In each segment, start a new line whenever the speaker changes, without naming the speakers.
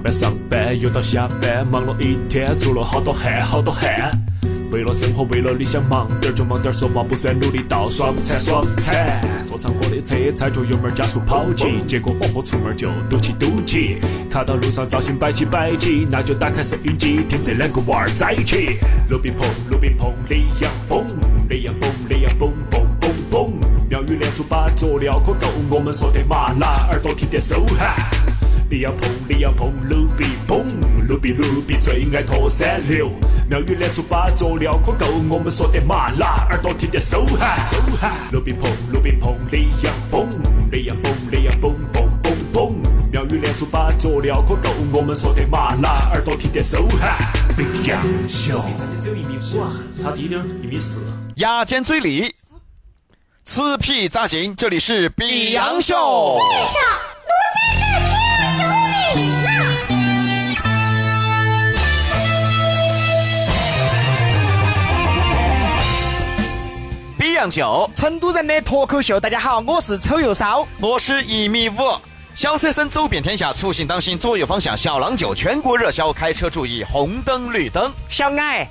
班上班，又到下班，忙了一天，出了好多汗，好多汗。为了生活，为了理想，忙点儿就忙点儿，说嘛不算，努力到爽惨爽惨。坐上我的车，踩着油门加速跑起，结果哦豁，出门就堵起堵起，卡到路上造型摆起摆起，那就打开收音机，听这两个娃儿在一起。鲁冰碰，鲁冰碰，李阳蹦，李阳蹦，李阳蹦蹦蹦蹦，妙语连珠把佐料可够，我们说的麻辣，耳朵听得收哈。李阳碰，李阳碰，鲁比碰，鲁比鲁比最爱拖三六。妙语连珠把佐料可够，我们说的麻辣，耳朵听得收哈收哈。鲁比碰，鲁比碰，李阳蹦，李阳蹦，李阳蹦蹦蹦蹦。妙语连珠把佐料可够，我们说的麻辣，耳朵听得收哈。李阳秀，只有一米五啊，差低点一米四。
牙尖嘴里，吃屁扎心，这里是比
洋
洋
秀
秀。
上，奴在这是有理了。
比洋秀，
成都人的脱口秀，大家好，我是丑又骚。
我是一米五，小车身走遍天下，出行当心左右方向，小郎酒全国热销，开车注意红灯绿灯。
小矮，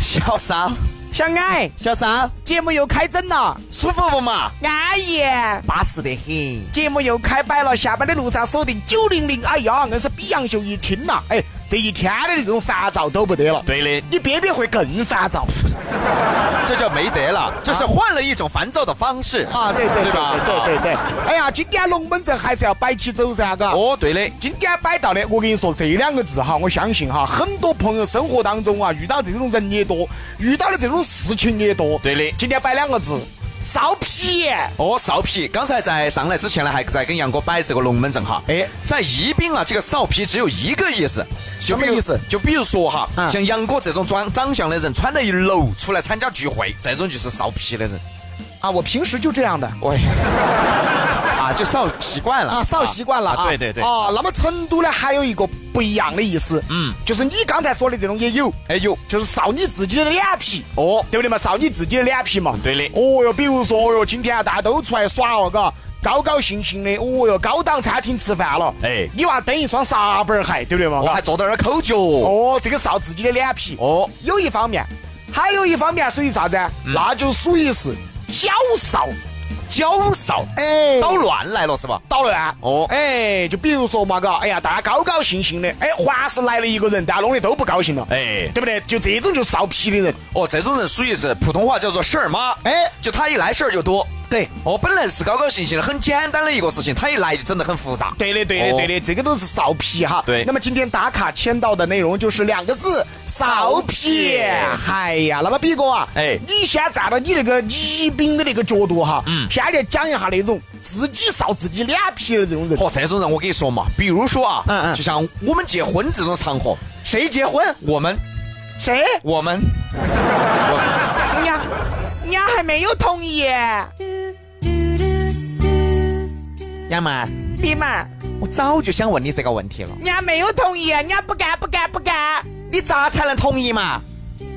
小三，
小矮，
小三，
节目又开整了，
舒服不嘛？
安逸。
巴适得很。
节目又开摆了，下班的路上锁定九零零，哎呀，硬是比杨秀一听呐、哎，这一天的这种烦躁都不得了。
对的，
你边边会更烦躁
这叫没得了，这是换了一种烦躁的方式。
啊！对对
对
对
吧
对对对，哎呀，今天龙门阵还是要摆起走噻，嘎。
哦，对的，
今天摆到的，我跟你说这两个字哈，我相信哈，很多朋友生活当中啊，遇到这种人也多，遇到的这种事情也多。
对的
今天摆两个字，臊皮。
哦，臊皮，刚才在上来之前呢，还在跟杨哥摆这个龙门阵哈。
哎
在宜宾啊，这个臊皮只有一个意思，就比如
什么意思
就比如说哈，
嗯
像杨哥这种装长相的人，穿得一楼出来参加聚会，这种就是臊皮的人。
啊，我平时就这样的
喂， 啊，就臊习惯了
啊，臊习惯了啊。
对对对。
啊，那么成都呢，还有一个不一样的意思，
嗯
嗯，就是你刚才说的这种也有，
哎呦，
就是臊你自己的脸皮。
哦，
对不对嘛？臊你自己的脸皮嘛。
对的
哦哟，比如说，哦哟，今天啊大家都出来耍哦，嘎，高高兴兴的，哦哟，高档餐厅吃饭了。
哎
你娃蹬一双啥板儿鞋，对不对嘛？
我还坐到那儿抠脚。哦，
哦，这个臊自己的脸皮。有一方面，还有一方面属于啥子？
嗯
那就属于是矫臊。
脚臊，
哎
捣乱来了是吧？
捣乱
哦
哎，就比如说嘛，嘎，哎呀，大家高高兴兴的，哎，华是来了一个人，大家弄得都不高兴了，
哎，
对不对？就这种就臊皮的人，
哦，这种人属于是普通话叫做事儿妈。
哎，
就他一来事儿就多。
对，
哦，本来是高高兴兴的，很简单的一个事情，他一来就整得很复杂。
对的，对
哦
的，对的，这个都是臊皮哈。
对
那么今天打卡签到的内容就是两个字：臊皮。哎呀，那么毕哥啊，
哎
你先站到你那个宜宾的那个角度哈，
嗯
嗯，先来讲一下那种自己臊自己脸皮的这种人，
嚯，这哦种人我跟你说嘛，比如说啊，
嗯嗯
就像我们结婚这种场合，
谁结婚
我们
谁？
我们
人家人家还没有同意，
杨曼，
弟们儿，
我早就想问你这个问题了，
人家没有同意，人家不干不干不干，
你咋才能同意嘛？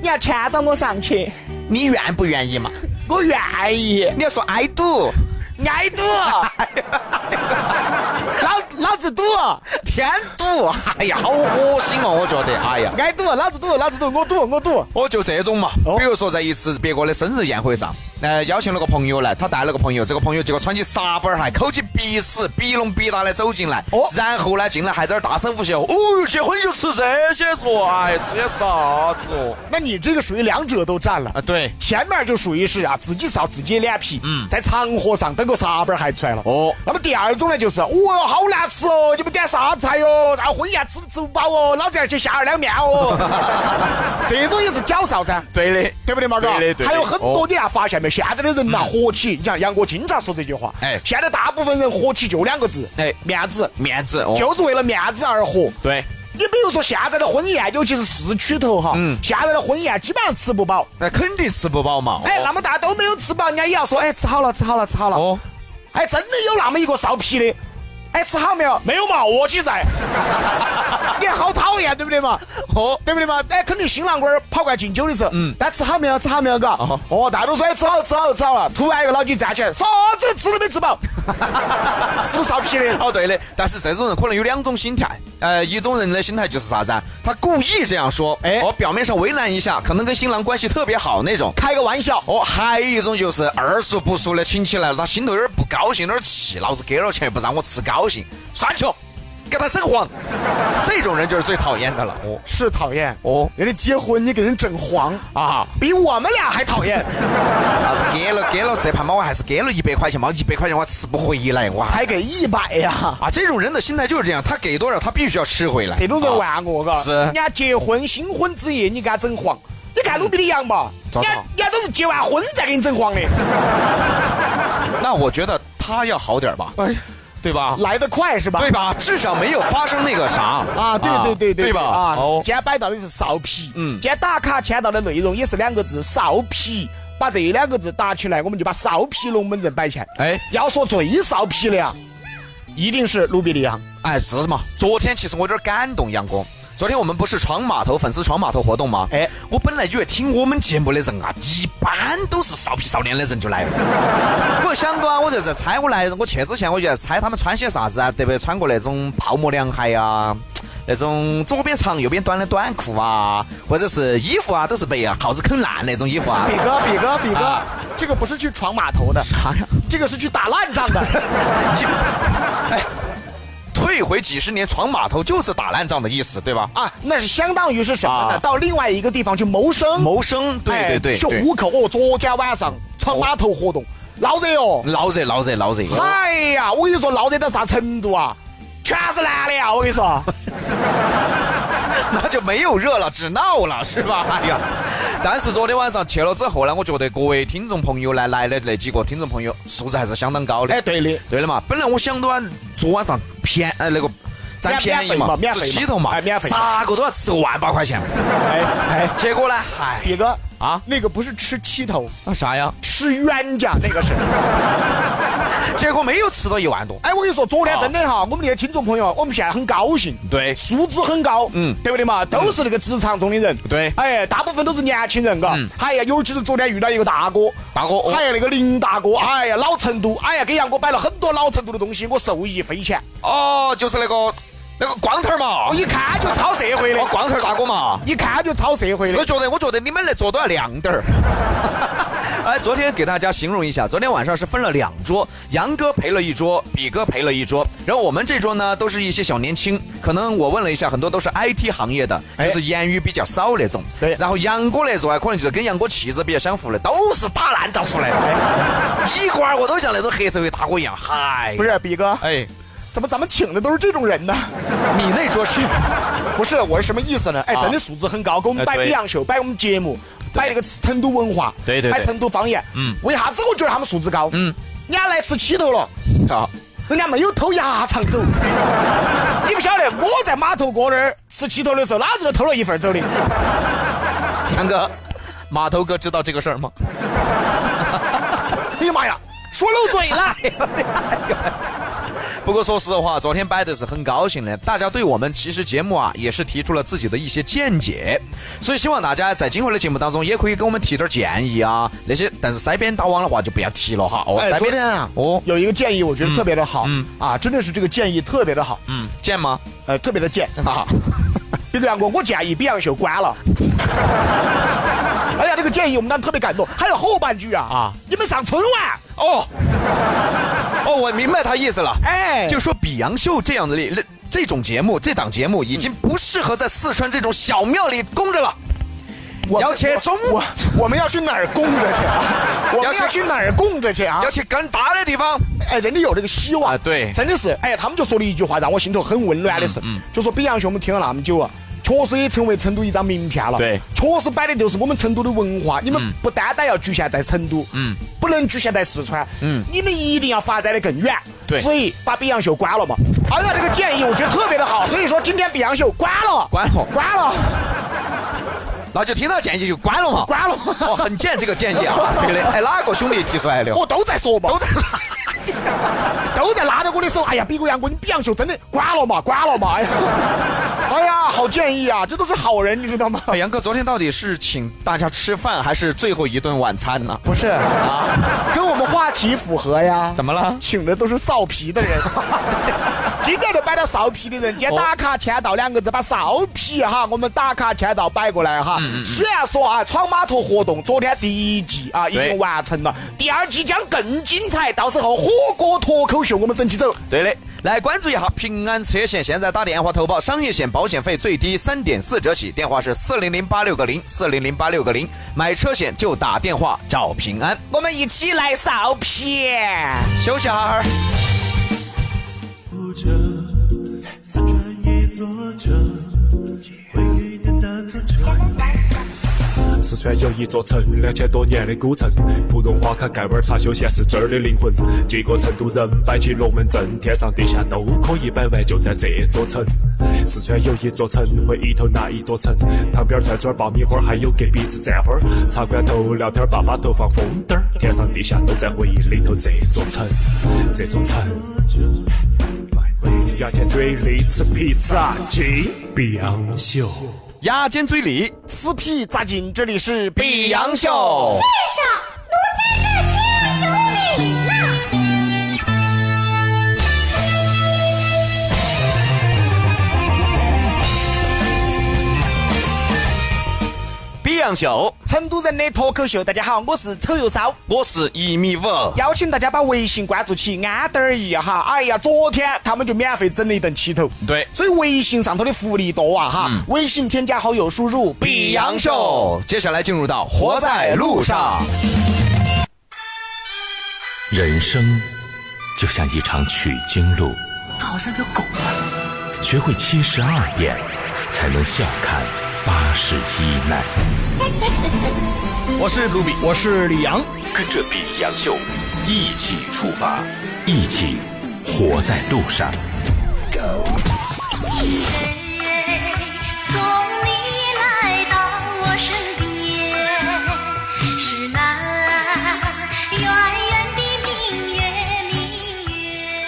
你要牵到我上去，
你愿不愿意嘛？
我愿意。
你要说 I do，
挨赌，老老子赌，
天 do，哎呀，好恶心哦，我觉得，哎呀。
挨赌，老子赌，老子赌，我赌，我赌。
哦，就这种嘛，
哦
比如说在一次别个的生日宴会上，呃，邀请了个朋友来，他带了个朋友，这个朋友结果穿起傻板儿鞋，抠起鼻屎，鼻龙鼻大的走进来，
哦
然后呢进来还在那儿大声呼啸，哦哟，结婚就吃这些嗦，哎，吃些啥子哦？
那你这个属于两者都占了，
啊，对，
前面就属于是啊自己扫自己的脸皮，
嗯
在场合上蹬个傻板儿还出来了。
哦
那么第二种呢，就是，哦哟，好难吃哦，你们点啥菜哦？然后婚宴吃不吃不饱哦？老子要去下二两面 哦。这种也是狡臊噻。
对的，
对不对嘛？
对的
哥
对的
还有很
哦
多，你看发现没有？现在的人呐，火起，你像杨哥经常说这句话，
哎
现在大部分人火起就两个字，
哎
面子，
面子哦，
就是为了面子而活。
对，
你比如说现在的婚宴，尤其是市区头哈，
嗯哦
现在的婚宴基本上吃不饱。
那肯定吃不饱嘛。
哎，
哦
那么大家都没有吃饱，人家也要说，哎，吃好了，吃好了，吃好了。
哦，
哎，真的有那么一个臊皮的，哎，吃好没有？没有嘛，饿起在。 你好讨厌，对不对嘛？
哦，
对不对嘛？哎，肯定新郎官儿跑过来敬酒的时候，嗯，他吃好没有？吃好没有？嘎，
哦
哦，大家都说哎吃好，吃好，吃好了。突然一个老几站起来，啥子吃都没吃饱， 是不是臊皮的？
哦，对的，但是这种人可能有两种心态，呃，一种人的心态就是啥子啊？他故意这样说，
哎
我表面上为难一下，可能跟新郎关系特别好那种。
开个玩笑，
哦，还有一种就是二叔不熟的亲戚来了，他心头有点不高兴，有点气，老子给了钱又不让我吃高兴，算球，给他整黄。这种人就是最讨厌的了。哦，
是讨厌
哦
哦。人家结婚你给人整黄啊，比我们俩还讨厌，
还是啊给了给了，这盘嘛我还是给了一百块钱嘛，一百块钱我吃不回来，我还
才给一百呀。
啊，这种人的心态就是这样，他给多少他必须要吃回来。
这种人
啊
玩我，嘎、
是
人家结婚新婚之夜，你给他整黄，你看鲁比的羊嘛，
咋子
人家
好
人家都是结完婚再给你 整黄的，
那我觉得他要好点吧，
哎
对吧？
来得快是吧？
对吧？至少没有发生那个啥
啊，对对对对
对吧？
啊，
哦，
今天摆到的是臊皮，
嗯
嗯，今天打卡签到的内容也是两个字臊皮，把这两个字打起来，我们就把臊皮龙门阵摆起来。
哎
要说最臊皮的啊，一定是卢比里昂。
哎是嘛？昨天其实我有点感动杨哥。昨天我们不是闯码头粉丝闯码头活动吗？哎
哎，
我本来以为听我们节目的人啊，一般都是少皮少脸的人就来了。 我就想到啊，我就在猜，我来我去之前我就在猜他们穿些啥子啊，对不对？穿过那种泡沫凉鞋啊，那种左边长右边短的短裤啊，或者是衣服啊，都是被耗子啃烂那种衣服啊
比。哥，比哥，比哥，
啊
这个不是去闯码头的，
啥呀？
这个是去打烂仗 的。
哎，退回几十年闯码头就是打烂仗的意思，对吧？
啊，那是相当于是什么呢？
啊
到另外一个地方去谋生，
谋生，
哎
对对对，
去
对
糊口。哦，昨天晚上闯码头活动，闹热哦。
闹热闹热闹热。
哎呀，我跟你说，闹热到啥程度啊？全是男的呀！我跟 你说，
那就没有热了，只闹了，是吧？ 哎呀，但是昨天晚上去了之后呢，我觉得各位听众朋友呢来的那几个听众朋友素质还是相当高的。
哎，对的，
对了嘛，本来我想到啊，昨晚上便呃那个占
免
便宜
免费嘛免
吃
费嘛
西头嘛，
哎免费
咋个都要吃个万把块钱。
哎哎，
结果呢，哎
比哥
啊
啊，那个不是吃七头，
那啥呀？
吃冤家那个 是。
结果没有吃到一万多。
哎，我跟你说，昨天真的
哦
哈，我们那些听众朋友，我们现在很高兴，
对
素质很高，
嗯
嗯，对不对嘛？都是那个职场中的人，
对
哎，大部分都是年轻人，嘎
嗯，
哎呀，尤其是昨天遇到一个大哥，
大哥哦
哎呀，那个林大哥，哎呀，老成都，哎呀，给杨哥摆了很多老成都的东西，我受益匪浅，哦
哦，就是那个那个光头儿嘛，
我一看就超社会
哦
的，
光头儿大哥嘛，
一看就超社会
是
的，
觉得我觉得你们那桌都要亮点儿。 哎，昨天给大家形容一下，昨天晚上是分了两桌，杨哥陪了一桌，比哥陪了一桌，然后我们这桌呢都是一些小年轻，可能我问了一下，很多都是 IT 行业的，就
哎
是言语比较少那种。
对
然后杨哥那桌啊，可能就是跟杨哥气质比较相符的，都是打烂仗出来的，一罐儿我都像那种黑社会大哥一样，嗨，
不，是，啊比哥，
哎，
怎么咱们请的都是这种人呢？
你那桌是。
不是，我是什么意思呢？哎，
哦啊
真的素质很高，给我
哎
们摆
对
《洋秀》，摆我们节目，摆那个成都文化，
对对对
摆成都方言。
嗯
嗯，为啥子我觉得他们素质高？
嗯
嗯，人家来吃起头了，
啊，
人家没有偷鸭肠走。 你不晓得，我在码头哥那儿吃起头的时候，哪子都偷了一份走的。
杨哥，码头哥知道这个事儿吗？
哎呀妈呀，说漏嘴了。
不过说实话，昨天掰的是很高兴的，大家对我们其实节目啊也是提出了自己的一些见解，所以希望大家在今后的节目当中也可以给我们提点建议啊，那些但是塞边打网的话就不要提了哈。哦，
哎，
塞
昨
边
天啊，
哦
哦，有一个建议，我觉得特别的好
嗯，
啊，真的是这个建议特别的好，
嗯，见吗？
呃，特别的贱。
啊，
毕哥杨哥，我建议比杨秀关了。 哎呀，这个建议我们当时特别感动。还有后半句啊
啊
啊，你们上春晚，
哦，哦，我明白他意思了。
哎，
就说比洋秀这样的那这种节目，这档节目已经不适合在四川这种小庙里供着了。
我
要去中
我我们要去哪儿供着去啊？我
要
们
去
要去哪儿供着去啊
要？去更大的地方。
哎，人家有这个希望
啊对嗯
真的是，哎，他们就说了一句话，让我心头很温暖的是，就说比洋秀我们听了那么久啊。确实也成为成都一张名片了。
对，嗯
确实摆的就是我们成都的文化。你们不单单要局限在成都，嗯，不能局限在四川，嗯，你们一定要发展的更远。
对
所以把比洋秀关了嘛。哎呀，这个建议我觉得特别的好。所以说今天比洋秀关了，
关 了
关了，
那就听到建议就关了嘛。
关 了。
哦，很贱这个建议 啊，对的。哎，哪个兄弟提出来的？
我都在说嘛，
都在说。
都在拉着我的手，哎呀，比哥杨哥，你比杨秀真的关了嘛，关了嘛，哎呀，哎呀，好建议啊，这都是好人，你知道吗？
哎杨哥，昨天到底是请大家吃饭，还是最后一顿晚餐呢？
不是啊，跟我们话题符合呀。
怎么了？
请的都是苕皮的人。 今天就摆到苕皮的人，今天打卡签到两个字，把苕皮哈，我们打卡签到摆过来哈。虽然说啊，闯码头活动昨天第一季啊已经完成了，第二季将更精彩，到时候火锅脱口秀我们整起走。
对嘞，来关注一下平安车险，现在打电话投保商业险保险费最低三点四折起，电话是四零零八六个零四零零八六个零，买车险就打电话找平安。
我们一起来苕皮。
休息哈儿。
不成，四川一座城，回忆的单座城。
四川有一座城，两千多年的古城，芙蓉花开，盖碗茶修仙是这儿的灵魂。几个成都人摆起龙门阵，天上地下都可以摆完，就在这座城。四川有一座城，回忆头那一座城，旁边串串爆米花，还有隔壁子蘸花儿，茶馆头聊天，爸妈头放风灯儿，天上地下都在回忆里头。这座城，这座城。牙尖嘴利吃披萨，金碧昂秀。
牙尖嘴利，
撕皮扎筋，这里是
比洋秀。
上奴在这心有你了。
比洋秀，
成都人的脱口秀。大家好，我是丑又骚。
我是一米五。
邀请大家把微信关注起，安得儿一哈。哎呀，昨天他们就免费整了一顿起头。
对
所以微信上头的福利多啊哈。微信添加好友，输入
比洋秀，接下来进入到活在路上。
人生就像一场取经路，好像条狗啊。学会七十二变，才能笑看八十一难。
我是卢比，
我是李阳，
跟着比洋秀一起出发，一起活在路上。
送你来到我身边，是那圆圆的明月，明月。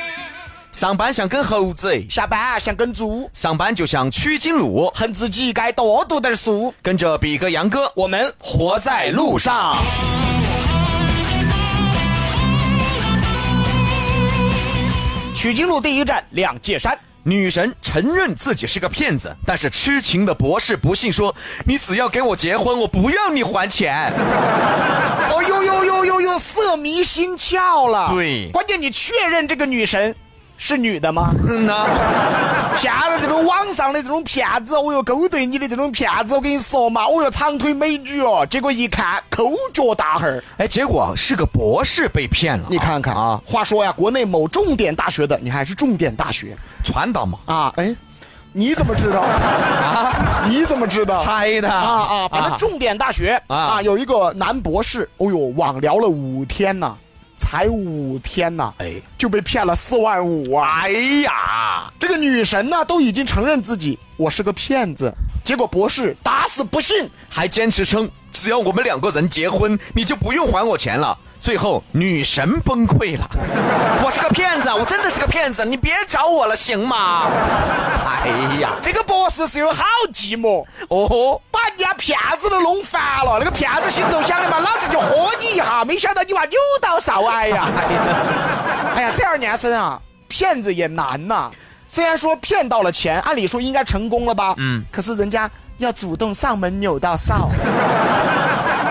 上班像跟猴子，
下班啊想跟猪，
上班就像取经路，
恨自己该多读点书。
跟着比哥、杨哥，
我们
活在路上。
取经路第一站两界山。
女神承认自己是个骗子，但是痴情的博士不信说：“你只要跟我结婚，我不要你还钱。
哦呦呦呦呦呦，色迷心窍了。
对
关键你确认这个女神是女的吗？”
嗯呐，
现在这种网上的这种骗子，哦哟，勾兑你的这种骗子，我跟你说嘛，哦哟，长腿美女哦，结果一看抠脚大汉儿，
哎，结果是个博士被骗了。
你看看啊
啊，，
话说呀，国内某重点大学的，你还是重点大学
传导嘛，
啊，哎，你怎么知道？啊，你怎么知道？
猜的
啊啊，反正重点大学
啊
啊，有一个男博士，哦哟，网聊了五天呐，才五天呐，
哎
就被骗了四万五啊！
哎呀，
这个女神呢，都已经承认自己我是个骗子，结果博士打死不信。
还坚持称只要我们两个人结婚，你就不用还我钱了。最后女神崩溃了， 我是个骗子，我真的是个骗子，你别找我了，行吗？哎呀，
这个博士是有好寂寞，
哦。
把人家骗子都弄烦了。那个骗子心头想的嘛，老子就豁你一下，没想到你娃扭到少哎呀！ 哎呀，这二年生啊，骗子也难呐、虽然说骗到了钱，按理说应该成功了吧？嗯，可是人家要主动上门扭到少。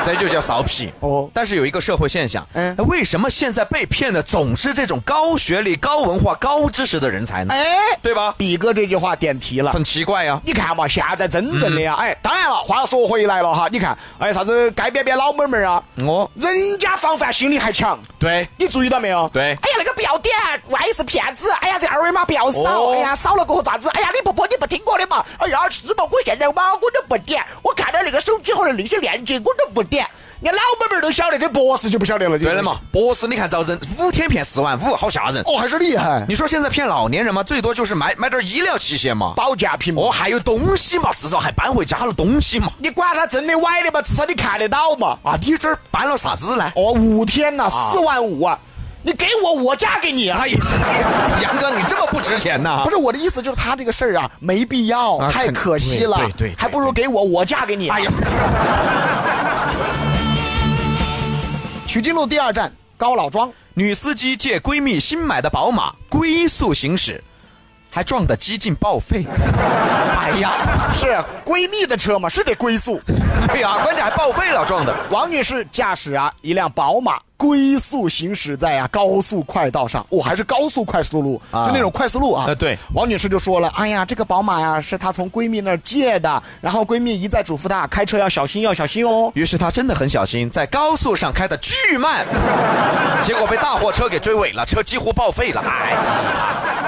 这就叫骚屁
哦
哦。但是有一个社会现象，
嗯
嗯，为什么现在被骗的总是这种高学历、高文化、高知识的人才呢？
哎，
对吧？
比哥这句话点题了。
很奇怪啊呀、
你看嘛，现在真正的呀，哎，当然了，话说回来了哈，你看，哎，啥子街边边老妹妹儿啊，
哦，
人家防范心理还强，
对，
你注意到没有？
对
哎呀，那个不要点，万一是骗子，哎呀，这二维码不要扫，
哦
哎呀，扫了过后咋子？哎呀，你婆婆你不听我的嘛？哎呀，是嘛？我现在嘛，我都不点，我看到那个手机后头那些链接，我都不点。人家老妹妹儿都晓得，这博士就不晓得了。
对了嘛。，博士，你看招人五天骗四万五，好吓人。
哦，还是厉害，
你说现在骗老年人嘛，最多就是买买点医疗器械嘛，
保健品嘛
哦，。还有东西嘛，至少还搬回家了东西嘛。
你管他真的歪的嘛，至少你看得到嘛。
啊，你这儿搬了啥子呢？
哦，五天呐、四万五啊！你给我，我嫁给你啊！
哎呀，杨哥，你这么不值钱呐、
不是我的意思，就是他这个事儿啊，没必要，
啊
太
肯
可惜
对
了，
对对对
还不如给我，我嫁给你。
哎呀，
曲靖路第二站高老庄，
女司机借闺蜜新买的宝马龟速行驶，还撞得几近报 废。哎呀，
是闺蜜的车嘛，是得龟速。
对呀、关键还报废了，撞的。
王女士驾驶啊一辆宝马龟速行驶在啊高速快道上，我、还是高速快速路，
啊
就那种快速路啊。
呃对
王女士就说了：“哎呀，这个宝马呀、是她从闺蜜那儿借的，然后闺蜜一再嘱咐她开车要小心，要小心哦。
于是她真的很小心，在高速上开的巨慢，结果被大货车给追尾了，车几乎报废了。哎，”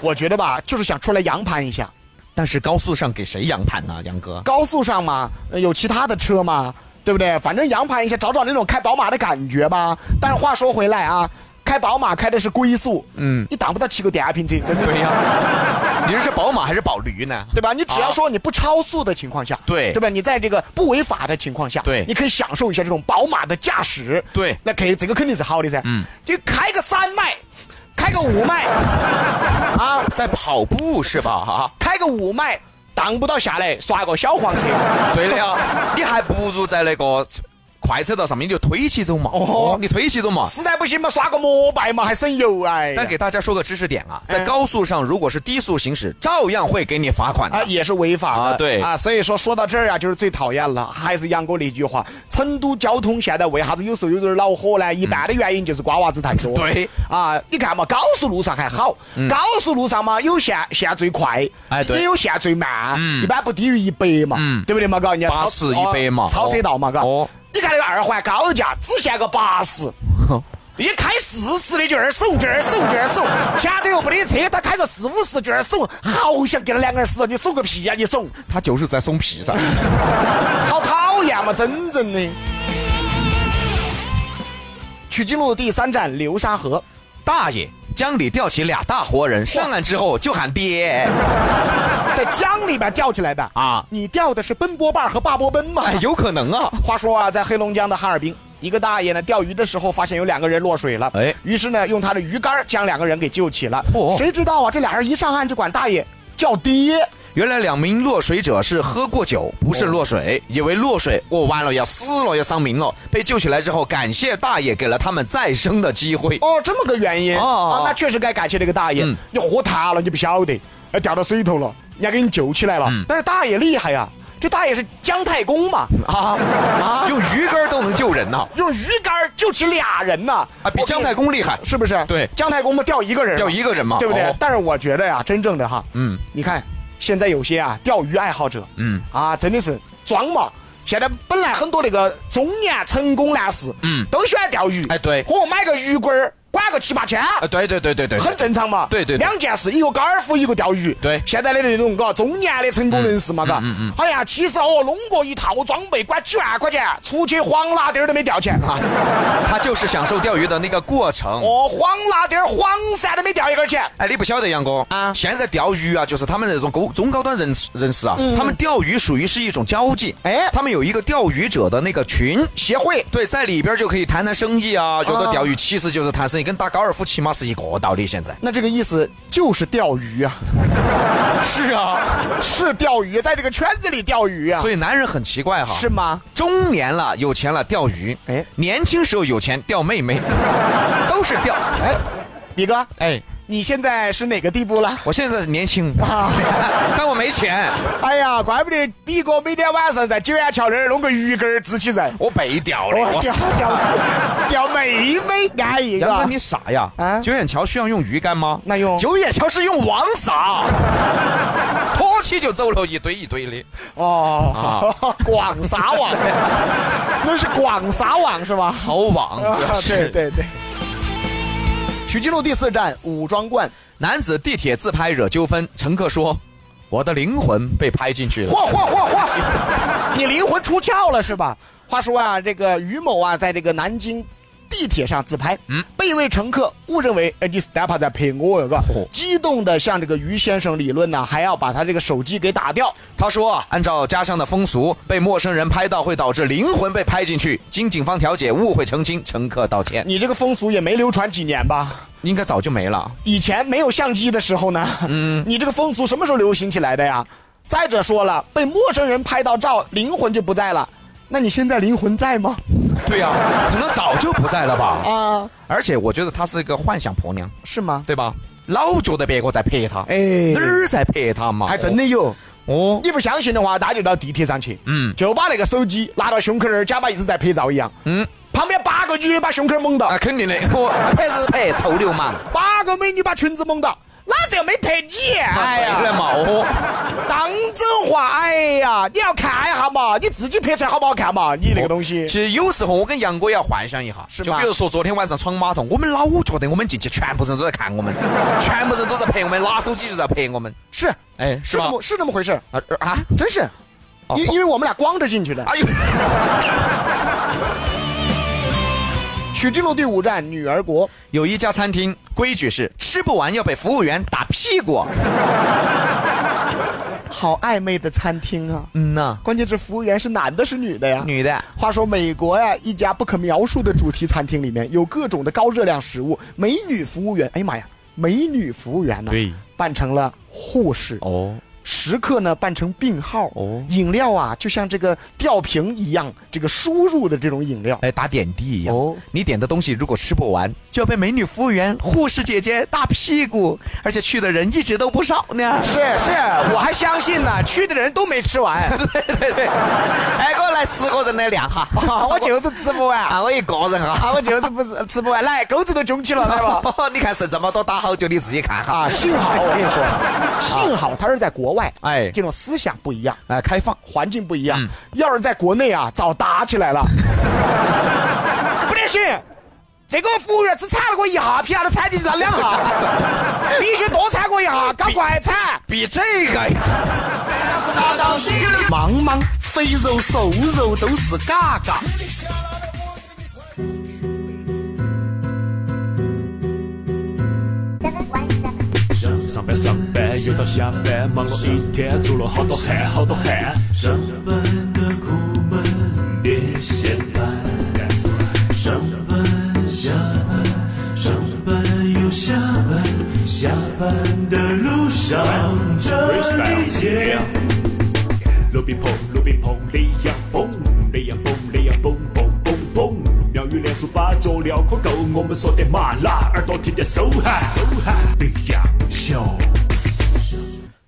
我觉得吧，就是想出来扬盘一下。
但是高速上给谁扬盘呢，杨哥？
高速上嘛，呃有其他的车嘛，对不对？反正洋盘一下，找找那种开宝马的感觉吧。但是话说回来啊，开宝马开的是龟速，嗯，你挡不到骑个电瓶车，真的，
对呀、你是宝马还是宝驴呢？
对吧？你只要说你不超速的情况下，
对
对吧？你在这个不违法的情况下，
对
你可以享受一下这种宝马的驾驶，
对
那可以，这个肯定是好的噻，嗯，就开个三迈，开个五迈， 啊，
在跑步是吧？啊，
开个五迈，挡不到下来，刷个小黄车。
对的呀，你还不如在那个快车道上面你就推起走嘛，
哦
哦，你推起走嘛。
实在不行嘛，刷个摩拜嘛，还省油哎。
但给大家说个知识点啊，在高速上如果是低速行驶，照样会给你罚款
啊，
的。
也是违法的
啊对
啊，所以说说到这儿啊，就是最讨厌了，还是杨哥那句话，成都交通现在为啥子有时候有点恼火呢？一半的原因就是瓜娃子太多。
对嗯
啊，你看嘛，高速路上还好，高速路上嘛有限限最快，
哎对嗯
也有限最慢，一般不低于一百嘛，对不对嘛？嘎，人家超
80 100嘛
哦超车道嘛，嘎。
哦
你看那个二环高架只限个 八十。一开四十的就二手，就二手，就二手，前头又没得车，他开个四五十就二手，好想给他两个人死，你手个屁呀、你手，
他就是在松皮上。
好讨厌嘛，真正的。曲靖路第三站流沙河，
大爷，江里吊起俩大活人，上岸之后就喊爹。
在江里边钓起来的
啊
你钓的是奔波坝和坝波奔吗？
哎，有可能啊。
话说啊，在黑龙江的哈尔滨，一个大爷呢钓鱼的时候发现有两个人落水了，哎
哎，哦
于是呢用他的鱼竿将两个人给救起了。
嚯
谁知道啊，这俩人一上岸就管大爷叫爹，
原来两名落水者是喝过酒，不慎落水，以为落水我完了要死了要丧命了，被救起来之后，感谢大爷给了他们再生的机会。
哦，这么个原因、
哦
啊，那确实该感谢这个大爷，
嗯
你活塌了你不晓得，哎掉到水头了，人家给你救起来了。
嗯
但是大爷厉害呀、这大爷是姜太公嘛，
啊
啊
用鱼竿都能救人呐、
用鱼竿救起俩人呐、
啊，比
我跟
姜
你
太公厉害。
是不是？
对
姜太公嘛，钓一个人嘛，
钓一个人嘛
对不对？
哦
但是我觉得呀、真正的哈，嗯
嗯，
你看现在有些啊，钓鱼爱好者，嗯
嗯，
啊，真的是装嘛。现在本来很多那个中年成功男士，嗯
嗯，
都喜欢钓鱼，
哎对
嚯，买个鱼竿儿，管个七八千。
啊，对对对对对，
很正常嘛，
对对对
两件事，一个高尔夫，一个钓鱼。
对嗯
现在的那种嘎中年的成功人士嘛，嘎，哎呀，其实哦，弄过一套装备，管几万块钱，出去晃拉点儿都没钓钱。
啊，他就是享受钓鱼的那个过程。
哦，晃拉点儿晃噻都没钓一根儿钱。
哎，你不晓得杨哥
啊
啊？现在钓鱼啊，就是他们那种高中高端人士人士啊，他们钓鱼属于是一种交际。
哎
哎，他们有一个钓鱼者的那个群，
协会
对，在里边就可以谈谈生意啊。有
啊
的钓鱼其实就是谈生意，跟打高尔夫起码是一个道理。现在
那这个意思就是钓鱼啊，
是啊，
是钓鱼，在这个圈子里钓鱼啊，
所以男人很奇怪哈，
是吗？
中年了有钱了钓鱼，
哎
哎，年轻时候有钱钓妹 妹，都是钓。
哎，李哥，
哎，
你现在是哪个地步了？
我现在是年轻，
啊，
但我没钱，
哎呀，怪不得比哥每天晚上在九眼桥那儿弄个鱼竿儿支起人，
我被钓了。
我
我
钓钓钓妹妹，安逸
杨
啊
哥，！你傻呀？
啊
九眼桥需要用鱼竿吗？
那用
九眼桥是用网撒， 拖起就走了一堆一堆的。
哦，广撒网，那是广撒网是吧？
好网，
啊
主要，是
对对对。曲靖路第四站武装观，
男子地铁自拍惹纠纷，乘客说：“我的灵魂被拍进去了。
嚯嚯嚯 嚯！你灵魂出窍了是吧？话说啊，这个于某啊，在这个南京地铁上自拍，被一位乘客误认为，哎，你 step 在陪我哟，是吧？激动的向这个于先生理论呢，还要把他这个手机给打掉。
他说，按照家乡的风俗，被陌生人拍到会导致灵魂被拍进去。经警方调解，误会澄清，乘客道歉。
你这个风俗也没流传几年吧？
应该早就没了。
以前没有相机的时候呢，嗯，你这个风俗什么时候流行起来的呀？再者说了，被陌生人拍到照，灵魂就不在了。那你现在灵魂在吗？
对呀、可能早就不在了吧。
啊，
而且我觉得她是一个幻想婆娘，
是吗？
对吧？老觉得别个在拍她，
哎
哪儿在拍她嘛？
还真的有。
哦。
你不相信的话，大家就到地铁上去，
嗯
就把那个手机拿到胸口那儿，假扮一直在拍照一样。
嗯，
旁边八个女的把胸口蒙到，
啊，肯定的，我拍是拍，臭流氓。
八个美女把裙子蒙到，哪这没拍你？
来
哎呀，
嘛哦，
当真话，哎呀，你要看一下嘛，你自己拍出来好不好看嘛？你那个东西
其，实有时候我跟杨哥也要幻想一下，
是
就
吧
比如说昨天晚上闯马桶，我们老觉得我们进去全部人都在看我 们，全部人都在拍我们，拿手机就在拍我们，
是
哎，是
是这
吧？哦
么是这么回事，
啊啊！
真是，因因为我们俩光着进去的。
哎呦，
曲靖路第五站女儿国，
有一家餐厅规矩是吃不完要被服务员打屁股。
好暧昧的餐厅啊！
嗯呐，
关键是服务员是男的，是女的呀？
女的，
话说美国呀、一家不可描述的主题餐厅里面有各种的高热量食物，美女服务员，哎呀妈呀，美女服务员呢，
对，
扮成了护士，
哦，
食客呢扮成病号，
哦
饮料啊就像这个吊瓶一样，这个输入的这种饮料，
哎，打点滴一样。
哦
你点的东西如果吃不完，就要被美女服务员、护士姐姐打屁股，而且去的人一直都不少呢。
是是，我还相信呢，去的人都没吃 完，
对对，哎，给我来十个人的量 哈。
啊我就是吃不完，
啊，
啊，
我一个人啊。
我就是不是吃不完，来，钩子都肿起了，
哎
来吧。
你看剩这么多打好酒，你自己看哈。
啊，幸好我跟你说，幸好他是在国外，
哎
这种思想不一样，
哎，开放，
环境不一样。要是在国内啊，早打起来了。 不得行，这个服务员只踩了我一下，皮下都踩进去了两下，必须多踩我一下，赶快踩！
比这个
茫茫肥肉瘦肉都是嘎嘎。
上上班上班又到下班，忙了一天，出了好多汗，好多汗。
上班的苦闷别嫌烦，上班下班，上班又下班，下班的路上这一切。
路边碰，路边碰，雷呀蹦，雷呀蹦，雷呀蹦蹦蹦蹦。妙语连珠把佐料可够，我们说点麻辣，耳朵听点手汗，手汗。冰洋秀，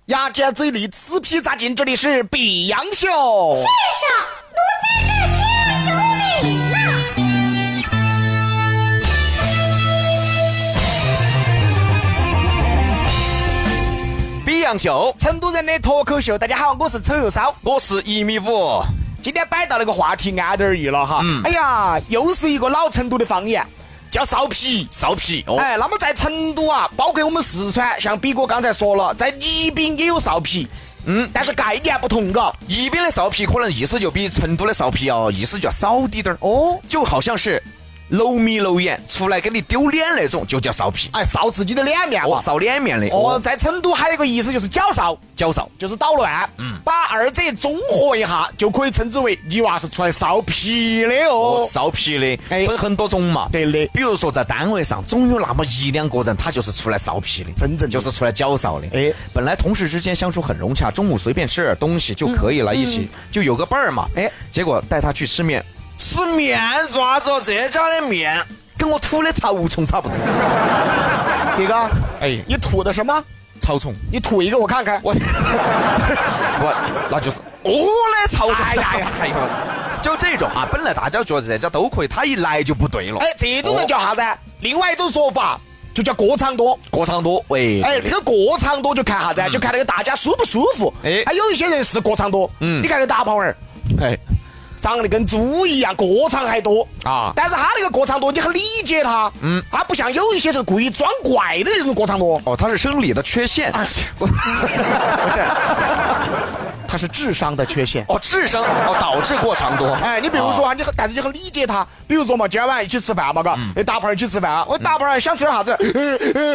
牙尖嘴利，此皮扎筋，这里是比洋秀。
上奴家这心有礼了。
比洋秀，
成都人的脱口秀，大家好，我是丑又骚。
我是一米五，
今天摆到那个话题安点儿意了哈。
嗯
哎呀，又是一个老成都的方言，叫苕皮。
苕皮哦。
哎，那么在成都啊，包括我们四川，像比哥刚才说了，在宜宾也有苕皮，嗯，但是概念不同，嘎。
宜宾的苕皮可能意思就比成都的苕皮要意思就要少滴点儿哦，就好像是露眉露眼出来给你丢脸那种，就叫苕皮。
哎，苕自己的脸面
哦，
嘛。
苕脸面的
哦，
哦，
在成都还有一个意思就是搅苕，
焦苕。
就是捣乱。
嗯
把二者综合一下，就可以称之为你娃是出来苕皮的
哦，
哦。
苕皮的
哎
分很多种嘛，
对的
比如说在单位上，总有那么一两个人，他就是出来苕皮的，
真正的
就是出来搅苕的。
哎
哎，本来同事之间相处很融洽，中午随便吃点东西就可以了，一起就有个伴儿嘛。
嗯哎
哎，结果带他去吃面，吃面爪子，这家的面跟我吐的草虫差不多。
那个，
哎，
你吐的什么？
草丛，
你吐一个我看看。
我 我那就是我的草丛。
哎呀呀
哎呦，就这种啊，本来大家觉得这家都可以，他一来就不对了。哦
哎，这种人叫啥子？另外一种说法就叫过场多。
过场多，喂，
哎，这个过场多就看啥子啊？就看那个大家舒不舒服。哎
嗯哎，
有一些人是过场多，嗯，
嗯
你看那大胖儿。
哎，
长得跟猪一样，过场还多啊
啊！
但是他那个过场多，你很理解他，嗯，他不像有一些是故意装怪的那种过场多， 哎
哦，他是生理的缺陷，
哎不是，他它是智商的缺陷。
哦，智商哦导致过长多。
哎，你比如说啊，你很，但是你很理解他。比如说嘛，今天晚上一起吃饭嘛，嘎，
嗯
哎大胖儿一起吃饭啊，我大胖儿想吃点啥子？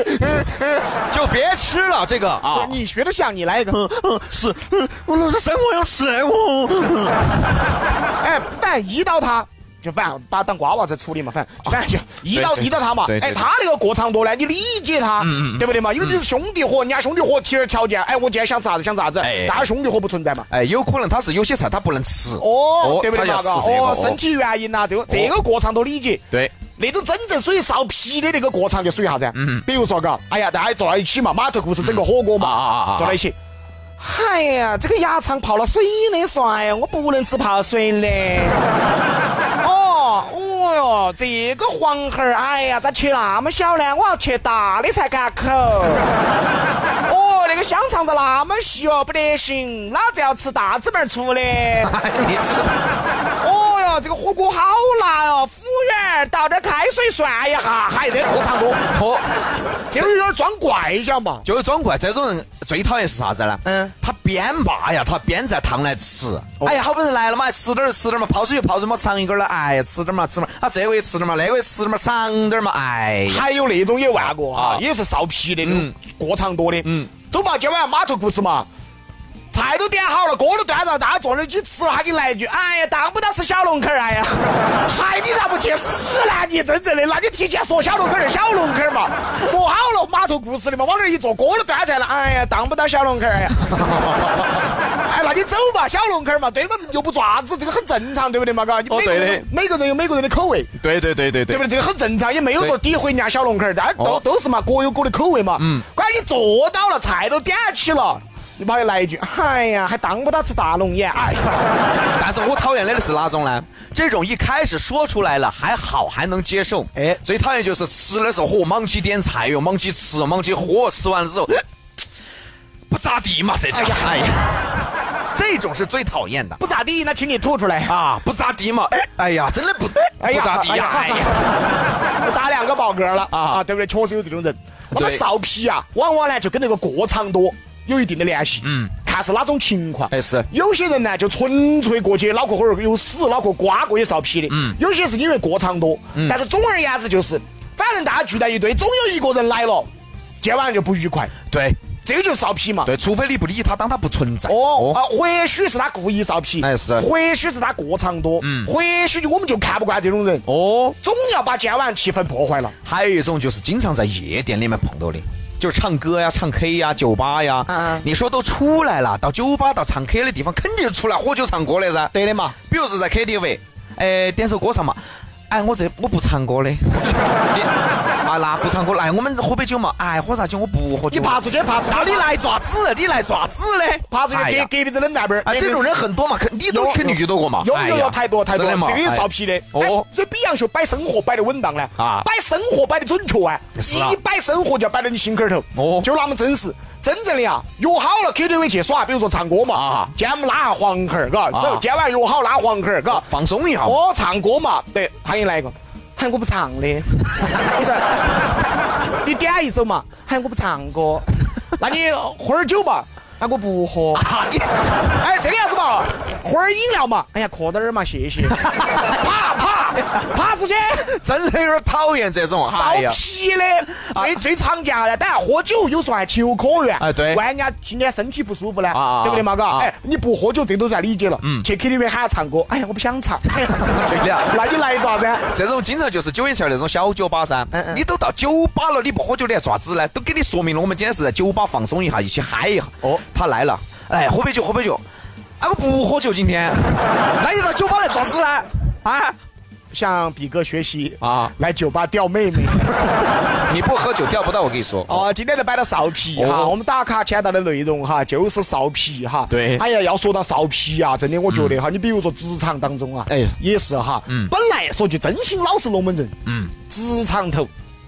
就别吃了这个啊，
你学得像，你来一个。
是，
嗯
我这生活要吃我。
哎，饭移到他。就饭把他当瓜娃子处理嘛，反正反正就移
哦
到
对
移到他嘛
对，对
哎，
对嗯
他那个过长多呢，你理解他，对不对嘛？因为你是兄弟伙，人家兄弟伙提点条件，哎，我今天想吃啥子想吃啥子
哎哎，
大家兄弟伙不存在嘛。
哎，有可能他是有些菜他不能吃。
哦，对不对
他要
嘛？
吃
嘎
这个哦
哦，身。体原因呐，这个这个过长多理解。
对，
那种真正属于臊皮的那个过场就属于啥子？嗯，比如说嘎，哎呀，大家坐到一起嘛，码头故事整个火锅嘛，
啊啊啊啊啊
坐到一起。哎呀，这个鸭肠泡了水的算呀，我不能吃泡水的。 哦，哦哟，这个黄喉儿，哎呀，咋切那么小呢？我要切大的才敢口。哦，那个香肠咋那么细哦？不得行，老子要吃大姊妹儿出的。
哎，你吃
哦哟，这个火锅好辣哦！服务员，倒点开水涮一下。嗨，这过长多，
哦，
这个有点装怪，晓得嘛？
就是装怪。这种人最讨厌是啥子呢？
嗯哦
嗯，他边骂呀，他边在烫来吃。哎呀，好不容易来了嘛，吃点儿吃点儿嘛，泡水就泡水嘛，尝一根儿了，哎呀，吃点儿嘛，吃嘛，啊，这个也吃点儿嘛，那个也吃点儿嘛，尝点儿嘛，哎呀，
还有那种也玩过哈
啊，
也是臊皮的那种过长多的。嗯
嗯，
走嘛，今晚码头故事嘛。菜都点好了，锅都端上，大家坐那儿一起吃了，还给你来一句：“哎呀，当不当吃小龙坎儿？哎呀， 嗨，你咋不去死呢？你真正的，那你提前说小龙坎儿就小龙坎儿嘛，说好了码头故事的嘛，往那儿一坐，锅都端上来了，哎呀，当不当小龙坎儿？哎呀， 哎，那你走吧，小龙坎儿嘛，对嘛，又不爪子，这个很正常，对不对嘛？嘎，你
哦
每个人
对
有
的
每个人有每个人的口味，
对对对对
对不对？这个很正常，也没有说诋毁人家小龙坎儿，大家都、
哦
都是嘛，各有各的口味嘛。嗯，关键做到了，菜都点起了。你把你来一句，哎呀，还当不到吃大龙眼，哎呀，
但是我讨厌的是哪种呢？这种一开始说出来了还好，还能接受。
哎
哎，最讨厌就是吃的时候，嚯，忙起点菜哟，忙起吃，忙起喝，吃完了之后，不咋地嘛，这家伙，哎呀， 这种是最讨厌的
不咋地，那请你吐出来啊！
啊，不咋地嘛，哎呀，真的不，
哎呀
不咋地呀，
哎
哎
呀
呀，
我打两个饱嗝了啊
啊
对不对？确实有这种人，我们
对
臊皮啊，往往呢就跟这个过场多有一定的联系。嗯，看是哪种情况。
哎是
有些人呢就纯粹过去脑壳后儿有屎，脑壳瓜过也臊皮的。嗯，有些是因为过场多。但是总而言之就是，反正大家聚在一堆，总有一个人来了，今晚上就不愉快，
对
这个就是臊皮嘛。
对，除非你不理他，当他不存在。
哦，啊，或许是他故意臊皮，
哎是
或许是他过场多，嗯，或许就我们就看不惯这种人，
哦，
总要把今晚上气氛破坏了。
还有一种就是经常在夜店里面碰到的，就是唱歌呀、唱 K 呀、酒吧呀。
嗯
你说都出来了，到酒吧、到唱 K 的地方，肯定是出来喝酒唱歌的噻。
对的嘛，
比如说在 KTV，哎，点首歌唱嘛。哎，我这我不唱歌的。你啊，那不唱歌，来，我们喝杯酒嘛。哎，喝啥酒？我不喝酒。啊
你爬出去，爬出去，
那你来爪子，你来爪子嘞？
爬出去
哎
给
呀
隔壁子冷淡边儿。
啊，
没
这种人很多嘛，肯你都肯定遇到过嘛。
有
哎
有
呀
有太多太多，
真
这
的嘛
个也是
哎
臊皮的。哦
哦，
所以比洋秀摆生活摆得稳当呢，啊
啊，
摆生活摆得准确啊，
是啊
一摆生活就要摆到你心坎儿头，哦
哦，
就那么真实。真正的呀，约好了 KTV 去耍，比如说唱歌嘛，啊
啊，
今天我们拉下黄河儿，嘎，走，今晚约好拉黄河儿，嘎，
放松一下嘛。
哦，唱歌嘛，对，他给你来一个，喊我不唱 的，不是，你点一首嘛，喊我不唱歌，那你喝点酒嘛，那我不喝，
啊你
哎，这个样子嘛，喝点饮料嘛，哎呀，喝点儿嘛，谢谢，啪啪啪出去。
真的有点讨厌这种。哎
臊
呀。啊
皮的，最最常见的，当然喝酒有时候还情有可原。
哎对
万一人家今天身体不舒服呢，
啊啊啊
对不对嘛？嘎，
啊
哎，你不喝酒这都算理解了。嗯，去 KTV 喊他唱歌，哎呀，我不想唱。对
对的
那你来一咋子？
这种经常就是九眼桥那种小酒吧噻，你都到酒吧了，你不喝酒你还咋子呢？都给你说明了，我们今天是在酒吧放松一下，一起嗨一下。哦，他来了，哎，喝杯酒，喝杯酒。哎，我不喝酒今天，那你到酒吧来咋子呢？啊，
向比哥学习啊
啊，
来酒吧钓 妹妹。
你不喝酒钓不到，我跟你说。
哦，今天就摆到臊皮哈，
哦
我们打卡签到的内容哈，就是臊皮哈。
对嗯
哎呀，要说到臊皮啊，真的我觉得哈，你比如说职场当中啊，哎
哎，
也是哈。嗯。本来说句真心，老实龙门阵。嗯。职场头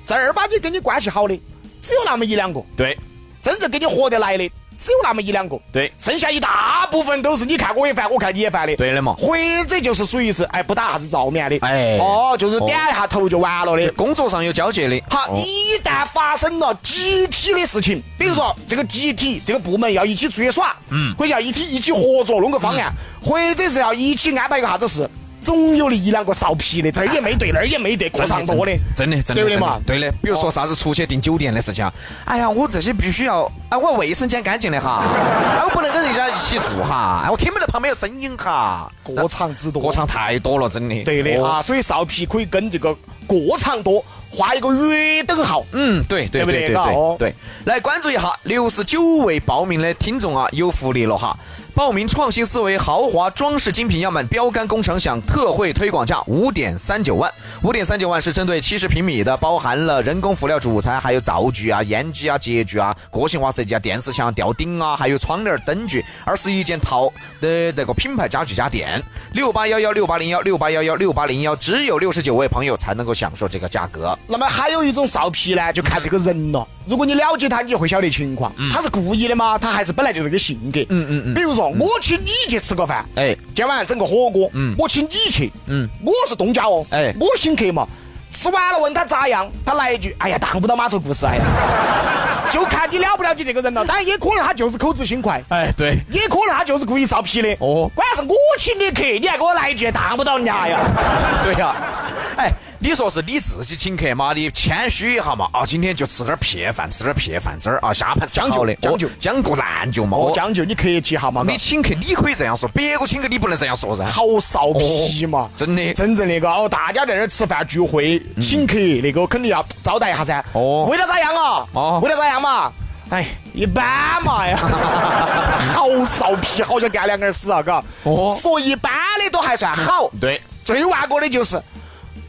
正儿八经跟你关系好的，只有那么一两个。
对，
真正跟你合得来的，只有那么一两个，
对
剩下一大部分都是你看我也烦，我看你也烦的，
对的嘛
或者就是属于是哎不打啥子照面的，
哎
哦，就是点一下头就完了的。
工作上有交接的，
好，一旦发生了集体的事情，比
嗯
如说这个集体这个部门要一起出去耍，嗯，或者要一起一起合作弄个方案，
嗯
或者是要一起安排一个啥子事，总有的一两个苕皮的，这儿也没对，那儿也没对，过上多的，
真的真的
对不
真
对嘛哦
的？对的。比如说啥子出去订酒店的事情啊，哎呀，我这些必须要，哎，我要卫生间干净的 哈，哎，我不能跟人家一起住哈，哎，我听不到旁边有声音哈，
过场之多，
过场太多了，真的。
对的
哦
啊，所以苕皮可以跟这个过场多画一个约等号。
嗯，对对
对不
对
对
对
嘎
对
哦
对，来关注一下六十九位报名的听众啊，有福利了哈！报名创新思维豪华装饰精品样板标杆工程享特惠推广价五点三九万，五点三九万是针对七十平米的，包含了人工辅料主材，还有灶具啊、烟机啊、洁具啊、个性化设计啊、电视墙、吊顶啊，还有窗帘、灯具，二十一件套的那个品牌家具家电，六八幺幺六八零幺六八幺幺六八零幺，只有六十九位朋友才能够享受这个价格。
那么还有一种苕皮呢，就看这个人了。如果你了解他，你就会晓得情况。他是故意的吗？他还是本来就这个性格？嗯
嗯嗯嗯
比如说，我请你去吃个饭，
哎，
今晚整个火锅，
嗯
我请你去，
嗯
我是东家哦，
哎
我请客嘛。吃完了问他咋样，他来一句：“哎呀，当不到码头故 事，哎呀，就看你了不了解这个人了。当然，也可能他就是口直心快，
哎，对。
也可能他就是故意苕皮的。
哦
哦，关键是我请的客，你还给我来一句当不到人家呀？
对呀、哎，你说是你自己请客嘛？你谦虚一下嘛。啊，今天就吃点撇饭，吃点撇饭，这儿啊下盘吃
讲究
好的，
讲究
哦讲过烂就嘛。
哦
哦，
讲究你客气一下嘛，
你请客你可以这样说，别个请客你不能这样说噻。
好苕皮嘛。
哦真的，嗯
真正那个哦，大家在那儿吃饭聚会，请客那个肯定要招待一下噻。
哦
味道咋样啊？
哦
味道咋样嘛？哎，一般嘛 呀，好苕皮，好想干两根屎啊，嘎。
哦
说一般的都还算好，
对，
最万过的就是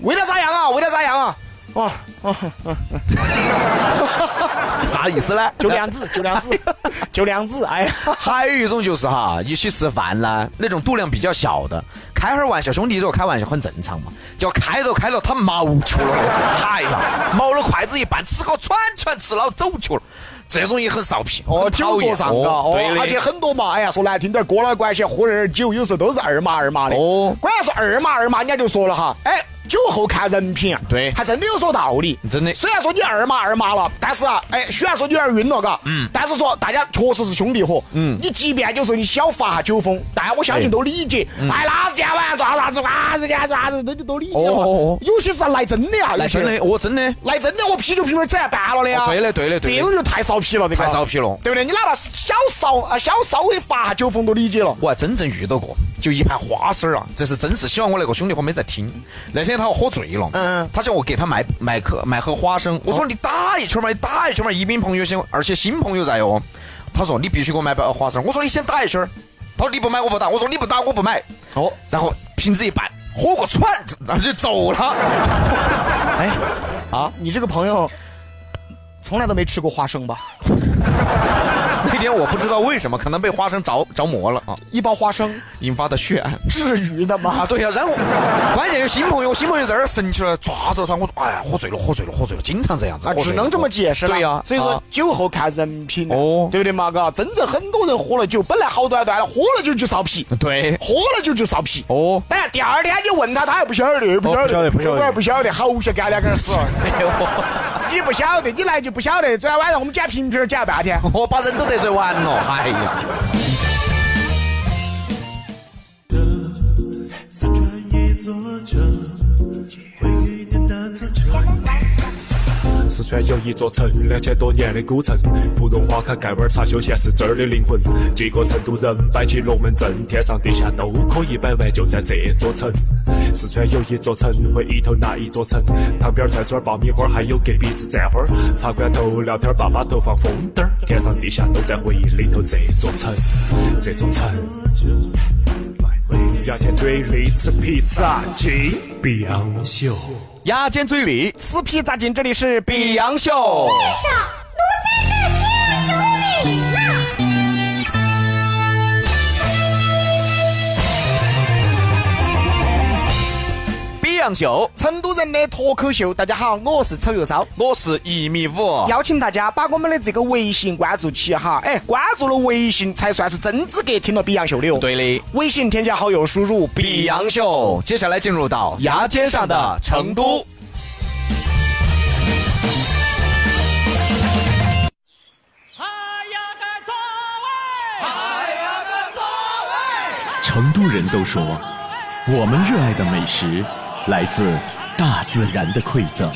味道咋样啊？味道咋样啊？哦，
啥意思呢？
就那样子，就那样 子，就那样子。哎呀，
还有一种就是哈，一起吃饭啦，那种度量比较小的，开会儿玩笑，兄弟这个开玩笑很正常嘛。就开着开着，他毛球了，那是，哎呀，毛了筷子一半，吃个串串吃老走球了，这种也很苕皮，
哦，
很讨
酒
厌
桌上嘎，哦
对，的
而且很多嘛，哎呀，说难听点，过了关系，喝点儿酒，有时候都是二麻二麻的。
哦
关键是二麻二麻，人家就说了哈，哎，酒后看人品啊，
对
还真的有说道理，
真的
虽然说你二麻二麻了，但是啊，哎，虽然说你有点晕了，嘎，嗯，但是说大家确实是兄弟伙，嗯，你即便有时候你小发下酒疯，但我相信都理解，
嗯
哎，那是今晚上抓啥子，哇，是今晚上抓啥子，那就都理解
哦
嘛
哦哦。
有些是来真的啊，
来
有些
真的，我真的
来真的，我啤酒瓶儿整半了的
哦
呀，
对的对的对的
这种就太苕皮了，这个
太苕皮了
对不对？你哪怕小烧啊，小稍微发下酒疯都理解了。
我还真正遇到过，就一盘花生儿啊，这是真是。希望我那个兄弟伙没在听。那天他喝醉了，
嗯哦
他叫我给他买买颗买盒花生，我说你打一圈嘛，你打一圈嘛，宜宾朋友先，而且新朋友在哦。他说你必须给我买包花生，我说你先打一圈儿。他说你不买我不打，我说你不打我不买。哦，然后瓶子一半，喝个喘，然后就走了。
哎，啊，你这个朋友从来都没吃过花生吧？
那天我不知道为什么，可能被花生着着魔了啊，
一包花生
引发的血案。
至于的
啊，
吗？
对呀、然后关键有新朋友，新朋友在那儿神气了，抓着他，我说哎呀，喝醉了，喝醉了，喝醉了，经常这样子，
啊，
喝醉
只
了
能这么解释了。
对呀
所以说
啊
酒后看人品啊
哦
对不对嘛？嘎，真正很多人喝了酒，本来好端端的，喝了酒就苕皮，
对，
喝了酒就苕皮。
嗯哦，
当然，第二天你问他，他还不晓得，不晓得，
不晓得不晓得
不晓得，好想干两根屎。
哎
你不晓得，你来就不晓得。昨天晚上我们捡瓶瓶儿捡了半天。
我把人都得罪完了，哎呀。
四川一座城，回忆的那座城。
四川有一座城，两千多年的古城，芙蓉花开，盖碗茶修咸是这儿的灵魂。几个成都人摆起龙门阵，天上地下都可以摆完，就在这座城。四川有一座城，回忆头那一座城，旁边串串爆米花，还有隔壁子蘸花儿，茶馆头聊天，坝坝头放风筝儿，天上地下都在回忆里头。这座城，这座城。牙尖嘴利吃披萨，金碧昂秀。
牙尖嘴利，
撕皮扎筋，这里是比洋秀。
上奴在这心有你啦。
比洋秀，
成都人的脱口秀。大家好，我是丑又骚，
我是一米五。
邀请大家把我们的这个微信关注起哈，哎，关注了微信才算是真资格听了比洋秀的哦。，
对的，
微信添加好友输入
比洋秀。接下来进入到牙尖上的成都。
成都人都说，我们热爱的美食来自大自然的馈赠。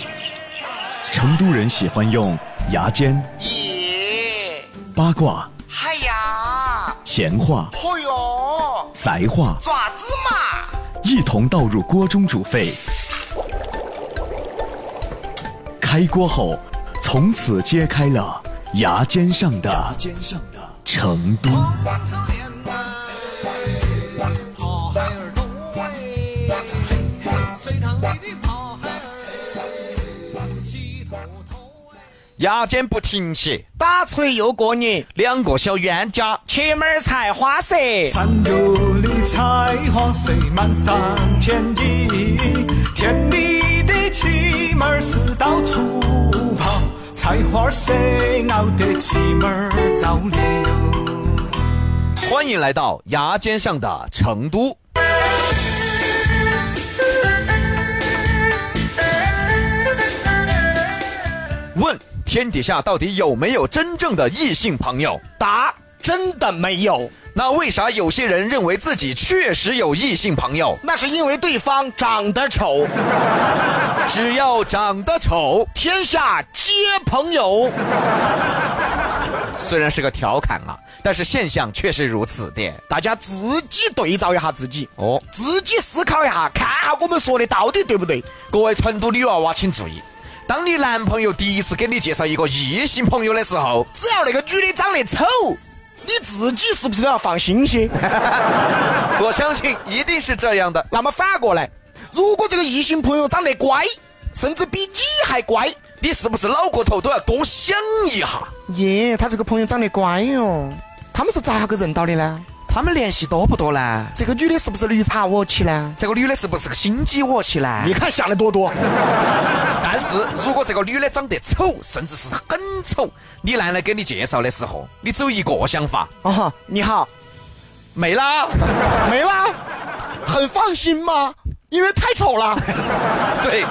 成都人喜欢用牙尖、
耶，
八卦、
哎呀，
闲话、
哎哟，
财话
爪子嘛，
一同倒入锅中煮沸。开锅后，从此揭开了牙尖上的牙尖上的成都。
牙尖不停歇，
打锤又过年，
两个小冤家。
切门儿菜花色。
山沟里采花水满山遍地，田里的齐门儿是到处跑，采花谁熬得齐门儿着了。
欢迎来到牙尖上的成都。问天底下到底有没有真正的异性朋友？
答：真的没有，
那为啥有些人认为自己确实有异性朋友？
那是因为对方长得丑。
只要长得丑，
天下皆朋友。
虽然是个调侃啊，但是现象确实如此的。
大家自己对照一下自己，
哦，
自己思考一下，看下我们说的到底对不对。
各位成都女娃娃请注意，当你男朋友第一次给你介绍一个异性朋友的时候，
只要那个女的长得丑，你自己是不是都要放心 些？
我相信一定是这样的。
那么反过来，如果这个异性朋友长得乖，甚至比你还乖，
你是不是脑壳头都要多想一下？
耶，他这个朋友长得乖哦。他们是咋个认到的呢？
他们联系多不多呢？
这个女的是不是绿茶我去呢？
这个女的是不是个心机窝起呢
你看想的多多，
但是如果这个女的长得丑，甚至是很丑，你男的给你介绍的时候，你只有一个想法，
哦，你好，
没啦。
没啦，很放心吗？因为太丑了。
对，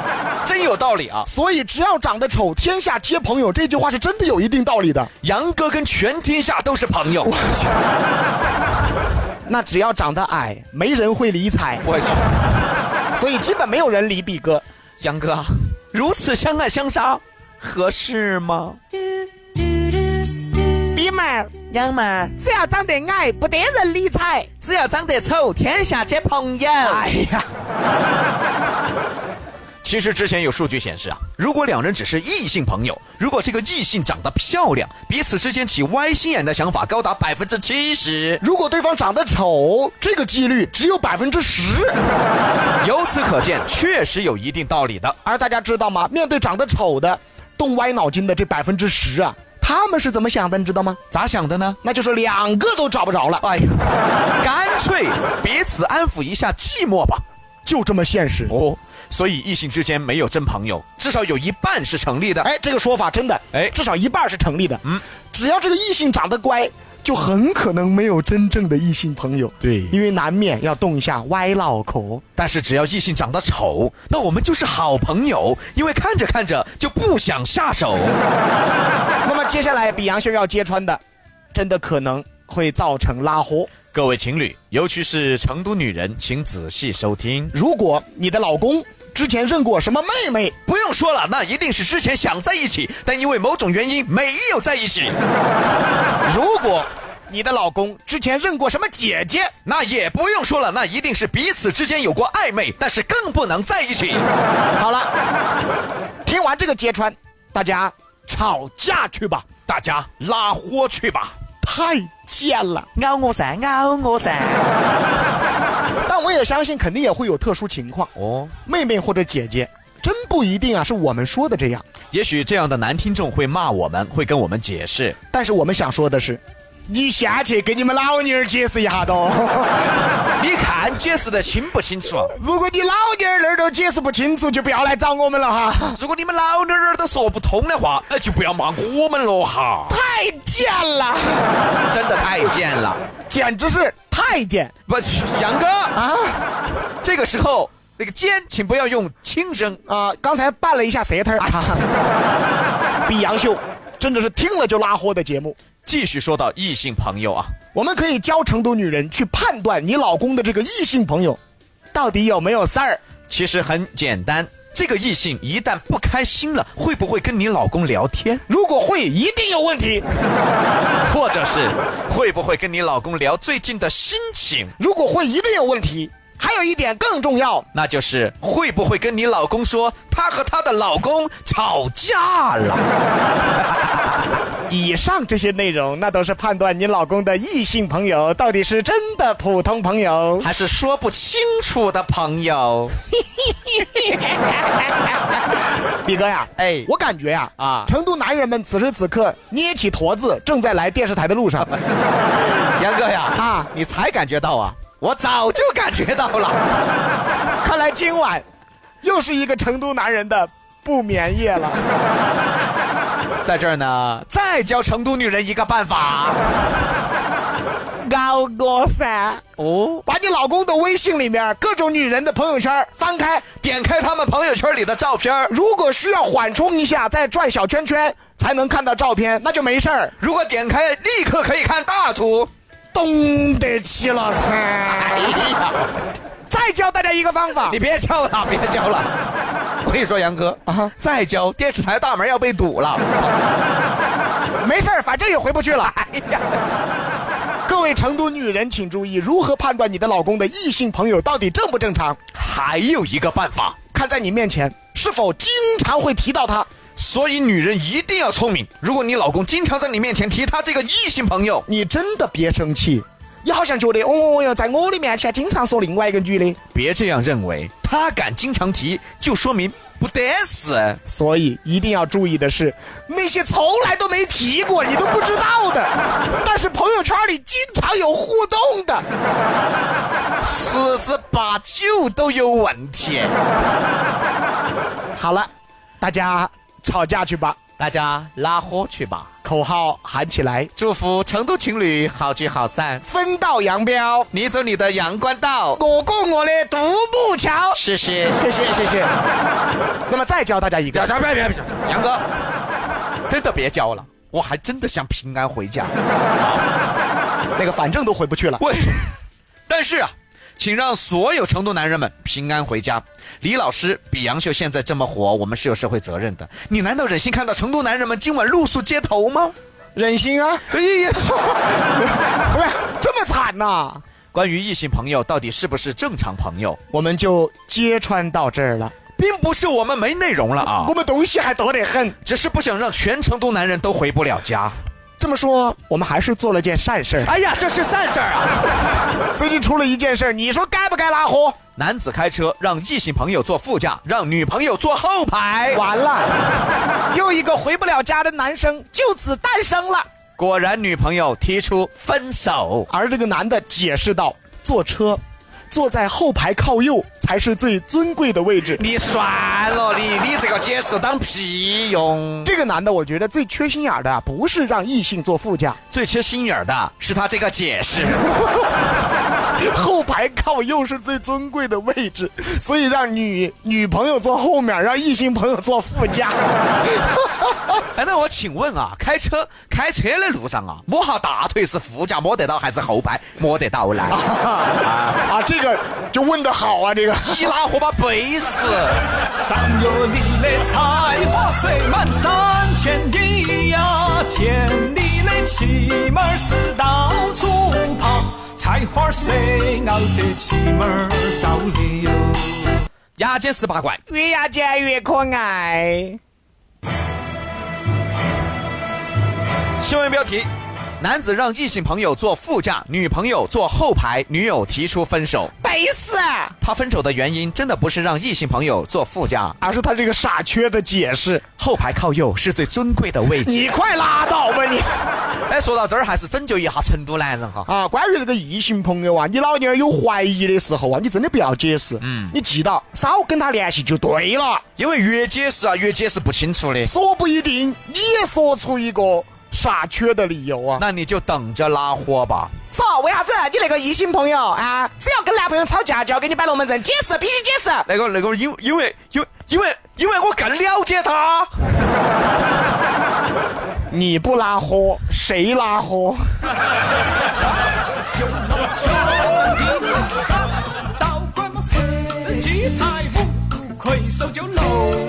真有道理啊。
所以，只要长得丑，天下皆朋友。这句话是真的有一定道理的。
杨哥跟全天下都是朋友。
那只要长得矮，没人会理睬，
我去，
所以基本没有人理比哥。
杨哥，啊如此相爱相杀，合适吗？
比妹儿，
杨妹，
只要长得矮，不得人理睬。
只要长得丑，天下皆朋友。
哎呀，
其实之前有数据显示啊，如果两人只是异性朋友，如果这个异性长得漂亮，彼此之间起歪心眼的想法高达百分之七十。
如果对方长得丑，这个几率只有百分之十。
由此可见，确实有一定道理的。
而大家知道吗？面对长得丑的、动歪脑筋的这百分之十啊，他们是怎么想的？你知道吗？
咋想的呢？
那就是两个都找不着了，
哎呀，干脆彼此安抚一下寂寞吧。
就这么现实。
哦，所以异性之间没有真朋友，至少有一半是成立的。
哎，这个说法真的，
哎
哎，至少一半是成立的。
嗯
嗯，只要这个异性长得乖，就很可能没有真正的异性朋友。
对
因为难免要动一下歪脑壳。
但是只要异性长得丑，那我们就是好朋友，因为看着看着就不想下手。
那么接下来比杨秀要揭穿的，真的可能会造成拉豁。
各位情侣，尤其是成都女人，请仔细收听。
如果你的老公之前认过什么妹妹，
不用说了，那一定是之前想在一起，但因为某种原因没有在一起，
如果你的老公之前认过什么姐姐，
那也不用说了，那一定是彼此之间有过暧昧，但是更不能在一起。
好了，听完这个揭穿，大家吵架去吧，
大家拉豁去吧，
太贱了。
咬我噻，咬我噻。
但我也相信，肯定也会有特殊情况。
哦，
妹妹或者姐姐，真不一定啊，是我们说的这样。
也许这样的男听众会骂我们，会跟我们解释。
但是我们想说的是，你先去给你们老妞儿解释一下都。
你看解释得清不啊清楚？
如果你老妞儿那儿都解释不清楚，就不要来找我们了哈，
如果你们老妞儿都说不通的话，哎，就不要骂我们了哈，
太贱了，
真的太贱了！
简直是太监
不，杨哥，
啊
这个时候那个尖，请不要用轻声。
啊！刚才拌了一下舌头儿啊， 比杨秀真的是听了就拉豁的节目。
继续说到异性朋友啊，
我们可以教成都女人去判断你老公的这个异性朋友到底有没有事儿。
其实很简单，这个异性一旦不开心了，会不会跟你老公聊天，
如果会，一定有问题；
或者是会不会跟你老公聊最近的心情？
如果会，一定有问题。还有一点更重要，
那就是会不会跟你老公说她和她的老公吵架了？
以上这些内容，那都是判断你老公的异性朋友到底是真的普通朋友。
还是说不清楚的朋友？
比哥呀，
哎
我感觉呀，
啊
啊，成都男人们此时此刻捏起坨子，正在来电视台的路上。
杨哥呀，
啊
你才感觉到啊，我早就感觉到了。
看来今晚又是一个成都男人的不眠夜了。
在这儿呢，再教成都女人一个办法
熬我噻，
哦，
把你老公的微信里面各种女人的朋友圈翻开，
点开他们朋友圈里的照片儿，
如果需要缓冲一下，再转小圈圈才能看到照片，那就没事儿，
如果点开立刻可以看大图。
懂得起了噻。
呀，
再教大家一个方法
你，别教了，别教了。我跟你说，杨哥啊
啊，
再教电视台大门要被堵了。
没事儿，反正也回不去了。
哎呀，
各位成都女人请注意，如何判断你的老公的异性朋友到底正不正常？
还有一个办法，
看在你面前是否经常会提到他。
所以女人一定要聪明。如果你老公经常在你面前提他这个异性朋友，
你真的别生气，你好像觉得哦哟，在我的面前经常说另外一个女的，
别这样认为，他敢经常提，就说明不得死。
所以一定要注意的是，那些从来都没提过、你都不知道的， 但是朋友圈里经常有互动的，
十之八九都有问题。
好了，大家吵架去吧。
大家拉豁去吧！
口号喊起来，
祝福成都情侣好聚好散，
分道扬镳，
你走你的阳关道。
我过我的独木桥。
是是
谢谢谢谢。那么再教大家一个，
别别别，杨哥，真的别教了，我还真的想平安回家。
那个反正都回不去了，
喂，但是啊，请让所有成都男人们平安回家。李老师比杨秀现在这么火，我们是有社会责任的。你难道忍心看到成都男人们今晚露宿街头吗？
忍心啊，
哎呀！
不是这么惨呐、
关于异性朋友到底是不是正常朋友，
我们就揭穿到这儿了。
并不是我们没内容了啊
我，们东西还多得很。
只是不想让全成都男人都回不了家。
这么说，我们还是做了件善事儿。
哎呀，这是善事儿啊！
最近出了一件事儿，你说该不该拉豁？
男子开车让异性朋友坐副驾，让女朋友坐后排，
完了，又一个回不了家的男生就此诞生了。
果然女朋友提出分手。
而这个男的解释道：“坐车，坐在后排靠右才是最尊贵的位置。
你算了你，你这个解释当屁”用。
这个男的，我觉得最缺心眼儿的啊不是让异性坐副 驾，
最缺心眼儿的是他这个解释，
后排靠右是最尊贵的位置，所以让女女朋友坐后面，让异性朋友坐副 驾。
哎，那我请问啊，开车开车的路上啊，摸下大腿是副驾摸得到还是后排摸得到呢？
啊，这个就问的好啊，这个。
你拉火把背死！
上有你的才华，水满山前一呀，田里的气门儿是到处跑，才华谁熬得气门儿造的哟。
牙尖十八怪，
越牙尖越可爱。
新闻标题：男子让异性朋友坐副驾，女朋友坐后排，女友提出分手。
背死！
他分手的原因真的不是让异性朋友坐副驾，
而啊是他这个傻缺的解释，
后排靠右是最尊贵的位置。
你快拉倒吧你！
哎，说到这儿，还是拯救一下成都男人哈。
啊，关于这个异性朋友啊，你老娘有怀疑的时候啊，你真的不要解释，嗯，你记到少跟他联系就对了。
因为越解释啊，越解释不清楚的。
说不一定你也说出一个傻缺的理由啊。
那你就等着拉火吧。
说为啥子你那个异性朋友啊，只要跟男朋友吵架就要给你摆龙门阵，解释必须解释。
那个那个，因因为因因为因为我更了解他。
你不拉豁，谁拉豁？
刀官莫色，奇才无愧，手就漏。